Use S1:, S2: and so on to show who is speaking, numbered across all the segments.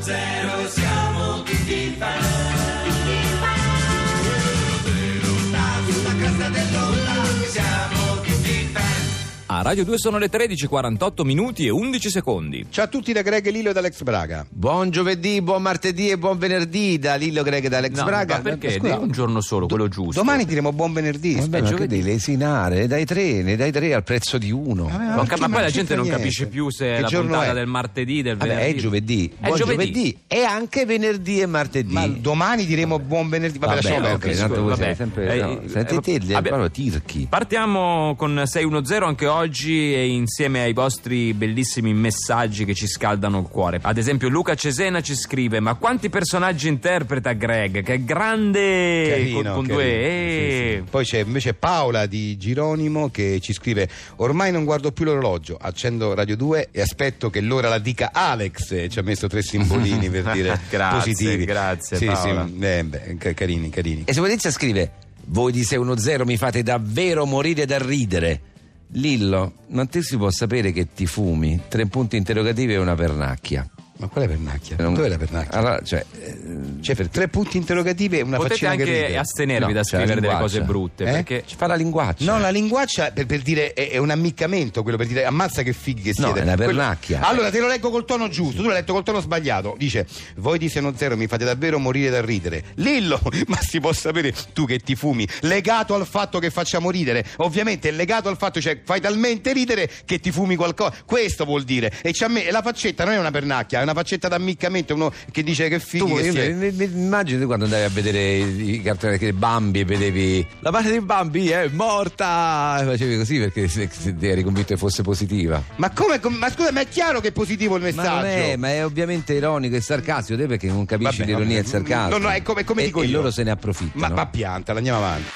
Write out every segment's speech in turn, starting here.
S1: zero siamo tutti fan. Sulla cresta dell'onda siamo tutti fan.
S2: A Radio 2 sono le 13, 48 minuti e 11 secondi.
S3: Ciao a tutti da Greg Lillo e dall'ex Braga.
S4: Buon giovedì, buon martedì e buon venerdì da Lillo Greg e dall'ex
S2: No,
S4: Braga.
S2: ma perché?
S4: Scusa,
S2: Di un giorno solo, quello giusto.
S3: Domani diremo buon venerdì.
S4: Vabbè, ma che
S2: giovedì.
S4: devi lesinare dai tre, ne dai tre al prezzo di uno.
S3: Vabbè,
S2: Ma,
S3: non
S2: ca-
S3: ci-
S2: ma poi la
S3: Ah, non
S2: gente
S3: c'entra
S2: non
S3: niente.
S2: capisce più se è
S3: Che
S2: la
S3: giorno
S2: puntata
S3: è?
S2: del martedì, del
S4: Vabbè,
S2: venerdì.
S4: è giovedì,
S2: È
S4: buon
S2: giovedì.
S4: e anche venerdì e martedì.
S3: Ma domani diremo buon venerdì. Vabbè,
S4: Vabbè,
S3: lasciamo
S4: ok,
S3: perdere.
S2: scusa,
S4: tanto voi
S2: vabbè.
S4: siete sempre-
S2: Eh,
S4: no,
S2: eh,
S4: sentite le
S2: vabbè.
S4: parole tirchi.
S2: Partiamo con 610 anche oggi e insieme ai vostri bellissimi messaggi che ci scaldano il cuore. Ad esempio Luca Cesena ci scrive "Ma quanti personaggi interpreta Greg? Che grande con,
S3: Carino,
S2: con
S3: carino.
S2: due
S3: Sì,
S2: eh.
S3: sì. Poi c'è invece Paola di Gironimo che ci scrive: Ormai non guardo più l'orologio, accendo Radio 2 e aspetto che l'ora la dica Alex. E Ci ha messo tre simbolini per dire
S2: Grazie,
S3: positivi.
S2: grazie,
S3: Sì,
S2: Paola.
S3: sì, eh, beh, ca- carini, carini.
S4: E Sepolizia scrive: Voi di 610 mi fate davvero morire dal ridere. Lillo, non ti si può sapere che ti fumi. Tre punti interrogativi e una pernacchia.
S3: Ma qual è Pernacchia?
S4: Non-
S3: Dov'è la Pernacchia?
S4: Allora, cioè, eh,
S3: C'è per tre punti interrogativi e una
S2: Potete
S3: faccina che
S2: anche
S3: ride.
S2: astenervi
S4: No,
S2: da
S4: cioè, la
S2: scrivere delle
S4: linguaccia.
S2: cose brutte
S3: Eh?
S2: perché
S4: ci fa la linguaccia.
S3: No, la linguaccia per, per dire è, è un ammiccamento, quello per dire ammazza che fighi che
S4: No,
S3: siete.
S4: è una
S3: Quello-
S4: pernacchia.
S3: Allora te lo leggo col tono giusto, tu l'hai letto col tono sbagliato. Dice: Voi di Seno Zero mi fate davvero morire dal ridere. Lillo, ma si può sapere tu che ti fumi? Legato al fatto che facciamo ridere. Ovviamente è legato al fatto, cioè fai talmente ridere che ti fumi qualcosa. Questo vuol dire. E c'ha me- e la faccetta non è una pernacchia, è una faccetta d'ammiccamento, uno che dice che fighi
S4: Tu,
S3: che
S4: io
S3: siete.
S4: mi- mi- mi immagino quando andavi a vedere i, i cartoni che Bambi e vedevi la parte di Bambi è morta E facevi così perché se, se ti eri convinto che fosse positiva
S3: Ma come? com- ma scusa, ma è chiaro che è positivo il messaggio.
S4: ma non è ma è ovviamente ironico e sarcastico te perché non capisci
S3: Vabbè,
S4: l'ironia e il
S3: vabbè.
S4: sarcasmo
S3: No, no, è come- come
S4: e,
S3: dico
S4: e
S3: io.
S4: loro se ne approfittano
S3: Ma, ma piantala, andiamo avanti.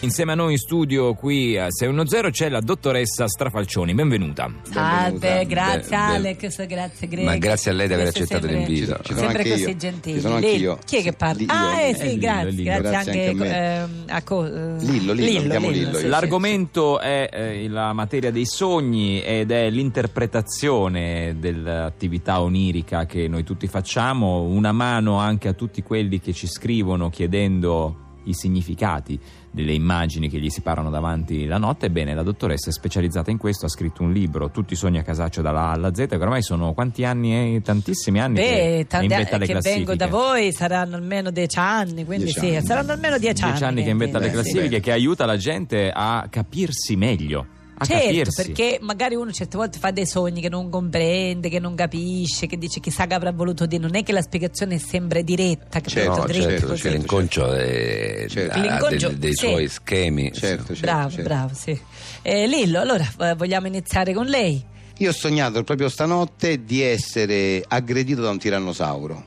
S2: insieme a noi in studio qui a 610 c'è la dottoressa Strafalcioni. Benvenuta.
S4: Benvenuta.
S5: Salve, grazie
S4: Be- be-
S5: Alex, grazie Greg.
S4: Ma grazie a lei di aver
S5: Grazie
S4: accettato
S5: sempre-
S4: l'invito.
S6: Ci- ci sono
S5: sempre
S6: anche
S5: così
S6: io.
S5: gentili.
S6: Ci sono anche
S5: Lillo.
S6: io.
S5: Chi è che
S6: Sì,
S5: parla?
S6: Lillo.
S5: ah, eh, sì,
S2: Lillo,
S5: grazie,
S2: Lillo.
S5: grazie,
S6: Grazie
S5: anche,
S6: anche a me.
S5: ehm, a co- eh,
S6: Lillo, chiamiamo Lillo,
S5: sì,
S6: io.
S5: sì.
S2: L'argomento è eh, la materia dei sogni ed è l'interpretazione dell'attività onirica che noi tutti facciamo, una mano anche a tutti quelli che ci scrivono chiedendo i significati delle immagini che gli si parano davanti la notte. Ebbene, la dottoressa è specializzata in questo, ha scritto un libro, Tutti i sogni a casaccio dalla A alla Z, che ormai sono quanti anni? Eh, Tantissimi anni che
S5: Beh,
S2: è in
S5: tanti
S2: vetta alle
S5: anni che vengo da
S2: classifiche.
S5: voi saranno almeno dieci anni, quindi
S6: Dieci
S5: sì,
S6: anni.
S5: saranno almeno dieci,
S2: Dieci anni che inventa le
S5: quindi, sì.
S2: classifiche, che aiuta la gente a capirsi meglio. A
S5: Certo,
S2: capirsi.
S5: perché magari uno certe volte fa dei sogni che non comprende, che non capisce, che dice chissà che avrà voluto dire. Non è che la spiegazione sembra diretta, capito?
S6: Certo,
S4: no,
S5: Dritto
S4: certo,
S5: così.
S4: perché l'inconcio è-
S6: Certo.
S4: ha
S5: L'inconcio,
S4: dei, dei
S5: sì.
S4: suoi schemi
S6: Certo, certo.
S5: bravo,
S6: certo.
S5: bravo, sì. Eh, Lillo, allora eh, vogliamo iniziare con lei?
S6: Io ho sognato proprio stanotte di essere aggredito da un tirannosauro.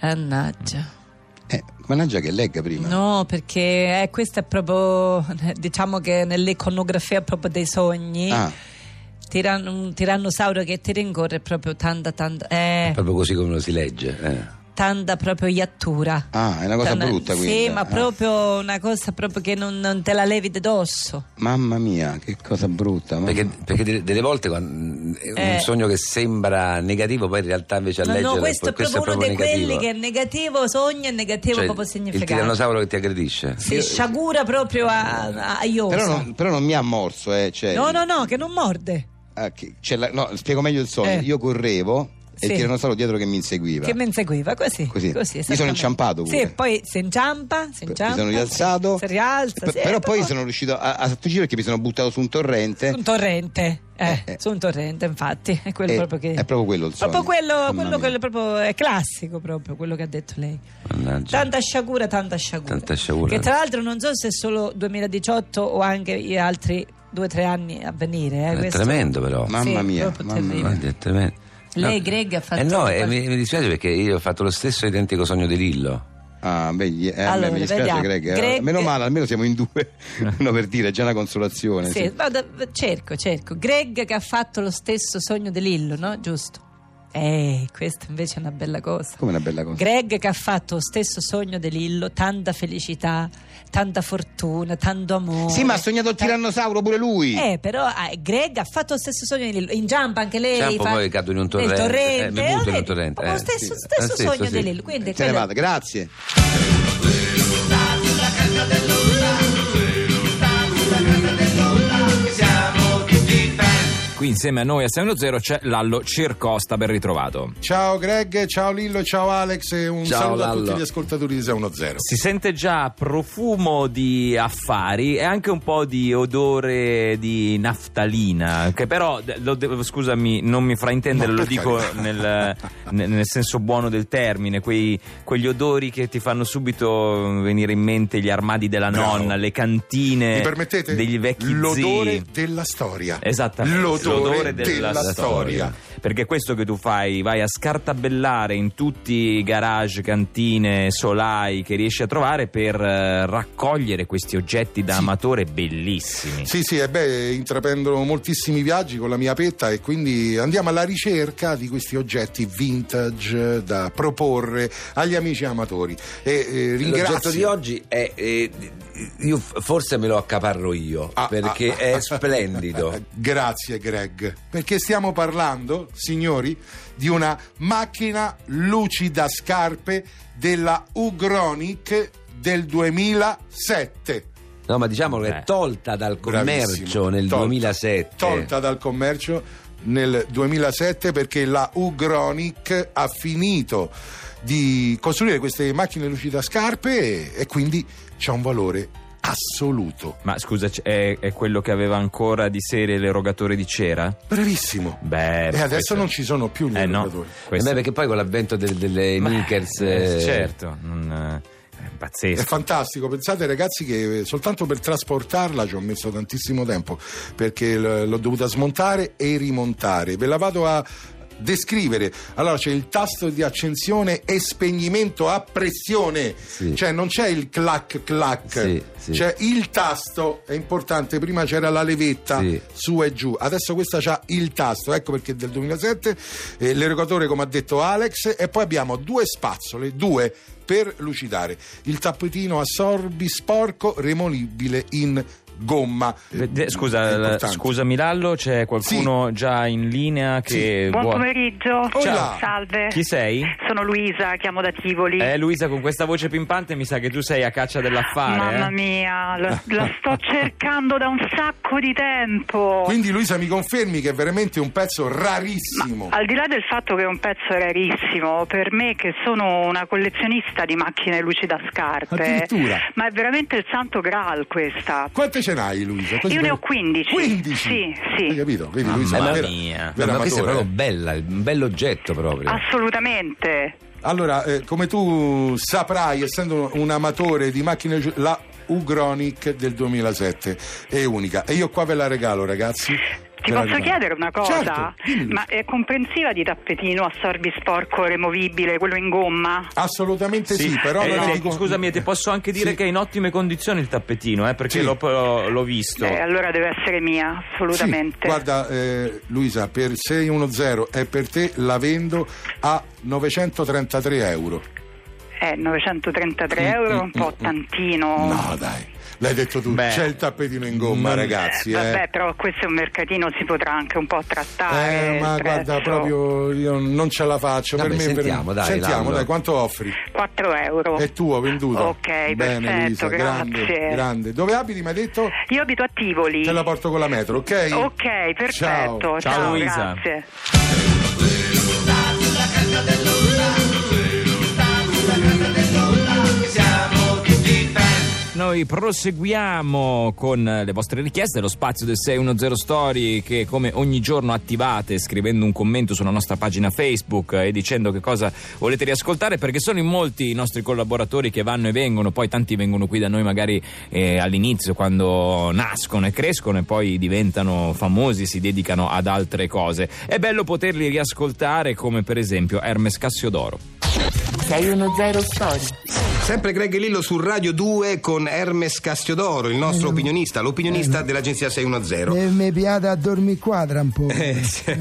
S5: Annaggia.
S6: Eh, mannaggia che legga prima.
S5: No, perché eh, questo è proprio, diciamo che nell'iconografia proprio dei sogni,
S6: Ah,
S5: tiran- un tirannosauro che ti rincorre è proprio tanta, tanta, eh,
S4: proprio così come lo si legge eh.
S5: tanta proprio iattura.
S6: ah, è una cosa
S5: Tanta-
S6: brutta quindi.
S5: Sì, ma
S6: Ah.
S5: proprio una cosa proprio che non, non te la levi da dosso.
S6: Mamma mia, che cosa brutta. mamma.
S4: Perché, perché delle- delle volte quando- un
S5: Eh.
S4: sogno che sembra negativo, poi in realtà invece a
S5: No,
S4: leggere
S5: no, questo è proprio uno di quelli
S4: negativo.
S5: che è negativo, sogno è negativo
S4: Cioè,
S5: proprio
S4: Il
S5: significato.
S4: tirannosauro che ti aggredisce.
S5: si sciagura proprio a, a, a iosa.
S6: Però non, però non mi ha morso, eh. Cioè,
S5: No, no, no, che non morde.
S6: ah, che- c'è la- no, spiego meglio il sogno.
S5: Eh.
S6: Io correvo e
S5: Sì.
S6: il tirannosauro dietro che mi inseguiva.
S5: Che mi inseguiva così.
S6: Così. Io sono
S5: esattamente.
S6: inciampato pure.
S5: Sì, poi si inciampa, si
S6: mi
S5: inciampa.
S6: sono rialzato,
S5: Si rialza.
S6: P-
S5: sì,
S6: però poi
S5: proprio
S6: sono riuscito a, a sfuggire perché mi sono buttato su un torrente.
S5: Su un torrente. Eh,
S6: Eh, eh.
S5: su un torrente, infatti. È quello
S6: Eh,
S5: proprio che.
S6: è proprio quello il sogno.
S5: Proprio quello,
S6: Mamma
S5: quello,
S6: mia.
S5: quello proprio è classico, proprio quello che ha detto lei.
S4: Mannaggia.
S5: Tanta sciagura, tanta sciagura.
S4: Tanta sciagura.
S5: Che tra l'altro non so se è solo 2018 o anche gli altri due o tre anni a venire. Eh,
S4: È
S5: questo-
S4: tremendo però.
S6: Ma- Mamma mia,
S5: proprio
S6: mamma
S5: terribile.
S4: Guardi, è tremendo.
S5: Lei, Greg, ha fatto
S4: Eh no,
S5: una
S4: eh,
S5: cosa-
S4: mi, mi dispiace perché io ho fatto lo stesso identico sogno di Lillo.
S6: Ah, beh, gli- eh,
S5: Allora,
S6: mi dispiace,
S5: vediamo.
S6: Greg, eh.
S5: Greg-
S6: Meno male, almeno siamo in due. Uno per dire, è già una consolazione.
S5: Sì,
S6: sì.
S5: vado- cerco, cerco. Greg che ha fatto lo stesso sogno di Lillo, no? Giusto. Eh, questa invece è una bella cosa.
S6: Come una bella cosa.
S5: Greg che ha fatto lo stesso sogno di Lillo, tanta felicità, tanta fortuna, tanto amore.
S6: Sì, ma ha sognato il
S5: Ta-
S6: tirannosauro pure lui.
S5: Eh, però eh, Greg ha fatto lo stesso sogno di Lillo. Ingiampa anche lei.
S4: Ciampo, poi cado in un
S5: nel
S4: torrente. Eh, mi
S5: torrente.
S4: butto in un
S5: vedi?
S4: torrente,
S5: Proprio
S4: eh,
S5: lo stesso,
S4: sì.
S5: stesso
S4: Ah, sì,
S5: sogno
S4: sì.
S5: di Lillo. Quindi,
S6: Se ne
S5: quello-
S6: vada, grazie.
S2: Qui insieme a noi a 610 c'è Lallo Circosta, ben ritrovato.
S7: Ciao Greg, ciao Lillo, ciao Alex e un
S4: Ciao,
S7: saluto a
S4: Lallo.
S7: tutti gli ascoltatori di 610.
S2: Si sente già profumo di affari e anche un po' di odore di naftalina, che però, de- lo devo- scusami, non mi fraintendere,
S7: No,
S2: lo
S7: per
S2: dico
S7: carità.
S2: nel, ne- nel senso buono del termine, quei- quegli odori che ti fanno subito venire in mente gli armadi della
S7: Bravo.
S2: nonna, le cantine
S7: Mi permettete?
S2: Eh, degli vecchi
S7: L'odore
S2: zii. Eh.
S7: della storia.
S2: Esattamente,
S7: L'odore, della, storia.
S2: Perché questo che tu fai, vai a scartabellare in tutti i garage, cantine, solai che riesci a trovare per eh, raccogliere questi oggetti da
S7: Sì.
S2: amatore bellissimi.
S7: Sì, sì, e beh, intraprendono moltissimi viaggi con la mia petta e quindi andiamo alla ricerca di questi oggetti vintage da proporre agli amici amatori. E eh,
S4: L'oggetto
S7: ringrazio
S4: di oggi è. eh, io f- forse me lo accaparro io
S7: Ah,
S4: perché
S7: ah,
S4: è
S7: ah.
S4: splendido.
S7: Grazie Greg, perché stiamo parlando, signori, di una macchina lucida scarpe della Ugronic del 2007.
S4: No, ma diciamolo che
S2: Eh.
S4: è tolta dal commercio
S7: Bravissimo.
S4: nel
S7: Tolta-
S4: 2007.
S7: Tolta dal commercio nel 2007 perché la Ugronic ha finito di costruire queste macchine lucida scarpe e, e quindi c'è un valore assoluto.
S2: Ma scusa, c- è, è quello che aveva ancora di serie l'erogatore di cera?
S7: Bravissimo.
S2: Beh,
S7: e adesso
S2: Eh, questo-
S7: non ci sono più gli
S2: Eh no,
S7: allenatori.
S4: Eh
S2: questo-
S4: beh, perché poi con l'avvento del- delle
S2: Ma-
S4: sneakers.
S2: eh,
S4: eh,
S2: certo, non, eh, è
S7: È
S2: pazzesco.
S7: fantastico, pensate ragazzi che eh, soltanto per trasportarla ci ho messo tantissimo tempo perché l- l'ho dovuta smontare e rimontare. Ve la vado a descrivere. Allora c'è il tasto di accensione e spegnimento a pressione,
S4: Sì.
S7: cioè non c'è il clac clac,
S4: Sì, sì.
S7: c'è Eh, il tasto, è importante, prima c'era la levetta
S4: Sì.
S7: su e giù, adesso questa c'ha il tasto, ecco perché è del 2007, eh, l'erogatore come ha detto Alex e poi abbiamo due spazzole, due per lucidare, il tappetino assorbi sporco remolibile in gomma.
S2: Vede-
S7: Eh, È
S2: Eh, Scusa, la-
S7: importante.
S2: scusami Lallo, c'è qualcuno già in linea che
S8: Buon
S2: vuole-
S8: pomeriggio.
S7: Ciao. Hola.
S8: Salve.
S2: Chi sei?
S8: Sono Luisa, chiamo da Tivoli.
S2: Eh Luisa, con questa voce pimpante mi sa che tu sei a caccia dell'affare.
S8: Mamma
S2: eh?
S8: mia, la, la sto cercando da un sacco di tempo.
S7: Quindi Luisa mi confermi che è veramente un pezzo rarissimo.
S8: Al di là del fatto che è un pezzo rarissimo, per me che sono una collezionista di macchine lucida scarpe,
S7: Addirittura.
S8: ma è veramente il santo graal questa.
S7: Quante ce n'hai Luisa? Quasi
S8: Io ne
S7: per-
S8: ho 15.
S7: 15?
S8: Sì, sì.
S7: Hai capito? Quindi
S2: Mamma
S7: Luisa è una vera-
S2: mia.
S7: vera
S4: Ma questa è proprio
S7: amatore.
S4: bella, un bell'oggetto proprio.
S5: Ah.
S8: Assolutamente.
S7: Allora, eh, come tu saprai, essendo un amatore di macchine, giu- la Ugronic del 2007 è unica. E io qua ve la regalo, ragazzi.
S8: Ti
S7: Ve la
S8: posso
S7: regalo.
S8: chiedere una cosa?
S7: Certo, dimmi.
S8: Ma è comprensiva di tappetino, assorbi sporco, removibile, quello in gomma?
S7: Assolutamente sì,
S2: Sì,
S7: però...
S2: eh,
S7: non
S2: te-
S7: è di-
S2: Scusami, ti posso anche dire
S7: Sì.
S2: che è in ottime condizioni il tappetino, eh, perché
S7: Sì.
S2: l'ho, l'ho visto.
S8: Eh, allora deve essere mia, assolutamente.
S7: Sì, guarda eh, Luisa, per 610 e per te la vendo a 933 euro.
S8: Eh, 933
S7: Mm,
S8: euro è
S7: mm,
S8: un po'
S7: mm,
S8: tantino.
S7: No, dai. L'hai detto tu,
S2: Beh.
S7: c'è il tappetino in gomma,
S2: Mm.
S7: ragazzi.
S8: Eh,
S7: eh.
S8: Vabbè, però questo è un mercatino, si potrà anche un po' trattare.
S7: Eh, ma
S8: il
S7: guarda,
S8: prezzo.
S7: proprio io non ce la faccio.
S4: Vabbè,
S7: per me,
S4: sentiamo,
S7: per...
S4: dai,
S7: sentiamo
S4: Lando.
S7: dai, quanto offri?
S8: 4 euro.
S7: È tuo, venduto.
S8: Ecco. Ok,
S7: Bene,
S8: perfetto,
S7: Luisa,
S8: grazie.
S7: grande, grande. Dove abiti, mi hai detto?
S8: Io abito a Tivoli.
S7: Te la porto con la metro, ok?
S8: Ok, perfetto.
S7: Ciao.
S8: Ciao,
S2: Ciao, Luisa.
S8: grazie.
S2: Noi proseguiamo con le vostre richieste, lo spazio del 610 Story che come ogni giorno attivate scrivendo un commento sulla nostra pagina Facebook eh, e dicendo che cosa volete riascoltare perché sono in molti i nostri collaboratori che vanno e vengono, poi tanti vengono qui da noi magari eh, all'inizio quando nascono e crescono e poi diventano famosi, si dedicano ad altre cose. È bello poterli riascoltare come per esempio Hermes Cassiodoro.
S9: 610 Story.
S3: Sempre Greg Lillo su Radio 2 con Hermes Castiodoro, il nostro opinionista, l'opinionista dell'agenzia 610.
S10: E mi piace a dormire qua tra un po'.
S3: Eh, sì.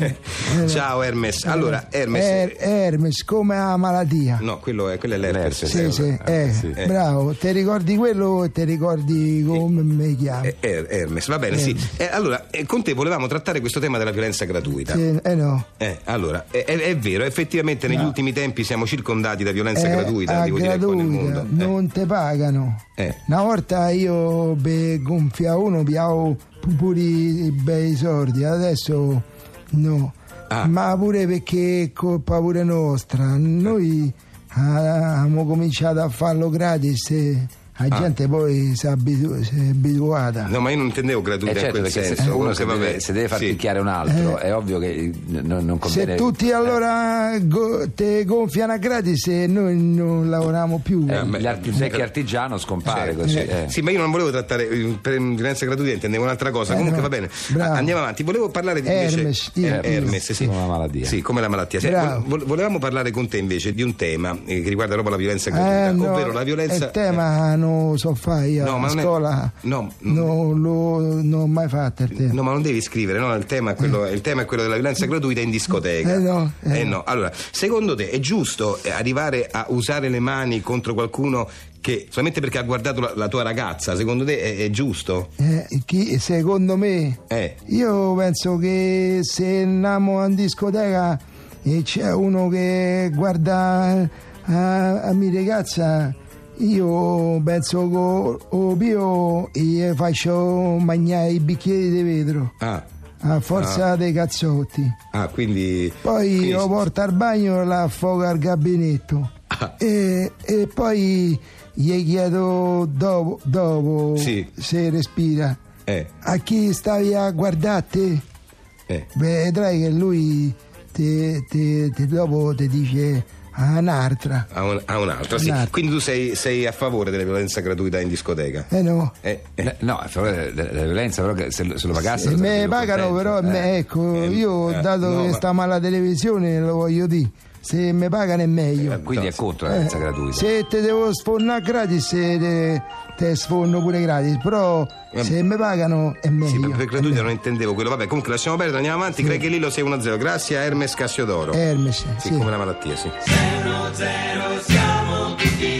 S3: Ciao Hermes. Allora, Hermes. Mm,
S10: Er- Hermes, come la malattia.
S3: No, quello è, quello è l'Herpes.
S10: Sì, sì, eh,
S3: Eh.
S10: bravo. Ti ricordi quello e ti ricordi come mi chiamo?
S3: Eh, Er- Hermes, va bene, sì. Eh, allora, eh, con te volevamo trattare questo tema della violenza gratuita.
S10: Sì, eh no.
S3: Eh, allora, è, è- è vero, effettivamente negli ultimi tempi siamo circondati da violenza
S10: Eh,
S3: gratuita,
S10: ah,
S3: devo dire, qua nel
S10: gratuita,
S3: mondo. Eh.
S10: non te pagano.
S3: Eh.
S10: Una volta io be, gonfia uno, piavo pu- pure i bei sordi, adesso no.
S3: Ah.
S10: Ma pure perché è colpa pure nostra. Noi ah, abbiamo cominciato a farlo gratis e la gente poi si è abitu- si è abituata.
S3: Ah. No, ma io non intendevo
S4: Eh,
S3: gratuita
S4: certo,
S3: in quel
S4: perché se-
S3: senso.
S4: se uno
S3: se
S4: se
S3: va
S4: deve,
S3: bene-
S4: se deve far
S3: sì.
S4: picchiare un altro, è ovvio che eh, n- non, non conviene.
S10: Se
S3: eh.
S10: tutti allora go- te gonfiano a gratis e noi non lavoriamo più.
S4: eh, l'arti- il vecchio artigiano scompare
S3: Certo,
S4: così.
S3: sì.
S4: eh.
S3: Sì, ma io non volevo trattare eh, per violenza gratuita, intendevo un'altra cosa.
S10: Eh,
S3: Comunque
S10: no.
S3: va bene.
S10: Bravo.
S3: Ah, Andiamo avanti. Volevo parlare di invece-
S10: Hermes, io-
S3: Eh,
S10: io.
S3: Hermes, sì.
S4: Come la malattia.
S3: Sì, come la malattia. Sì,
S10: Bravo.
S3: vol- volevamo parlare con te invece di un tema eh, che riguarda proprio la violenza gratuita,
S10: Eh, no,
S3: ovvero la violenza
S10: Il tema non so fare io
S3: No,
S10: a
S3: ma non è-
S10: scuola.
S3: no, non-
S10: non l'ho non ho mai fatto il tema.
S3: eh, No, ma non devi scrivere, no? Il tema è quello, il tema è quello della violenza gratuita in discoteca.
S10: Eh no, eh
S3: Eh no. Allora, secondo te è giusto eh, arrivare a usare le mani contro qualcuno che solamente perché ha guardato la, la tua ragazza? Secondo te è, è giusto?
S10: Eh, chi- secondo me,
S3: Eh.
S10: io penso che se andiamo in discoteca e c'è uno che guarda eh, a, a mia ragazza, io penso che o pio e faccio mangiare i bicchieri di vetro
S3: Ah,
S10: a forza dei cazzotti.
S3: ah, quindi.
S10: Poi
S3: quindi-
S10: lo porto al bagno e la affogo al gabinetto.
S3: Ah.
S10: E, e poi gli chiedo dopo, dopo
S3: Sì.
S10: se respira.
S3: Eh,
S10: A chi stavi a guardarti?
S3: eh.
S10: Vedrai che lui te- te- te- dopo ti dice a un'altra.
S3: A, un- a un'altra, sì.
S10: Un'altra.
S3: Quindi tu sei, sei a favore della violenza gratuita in discoteca?
S10: Eh no.
S3: Eh, eh.
S4: Eh, No, a favore della della violenza, però che se, lo- se lo pagassero.
S10: Se me
S4: sarebbe
S10: pagano
S4: contento.
S10: però,
S4: Eh.
S10: me- ecco,
S3: ehm,
S10: io
S3: eh,
S10: dato
S3: no,
S10: che
S3: ma-
S10: sta male la televisione lo voglio dire, se mi pagano è meglio.
S3: Eh,
S4: Quindi è contro la violenza gratuita.
S10: Eh, Se te devo sfondare gratis, eh, te, te sfondo pure gratis, però se mi pagano è meglio.
S3: Sì, per, per gratuita non intendevo quello. Vabbè, comunque lasciamo perdere, andiamo avanti. Greg Lillo 610. Grazie a Hermes Cassiodoro.
S10: Hermes,
S3: Eh, Sì,
S10: sì.
S3: come la malattia, sì.
S11: Zero, zero, siamo tutti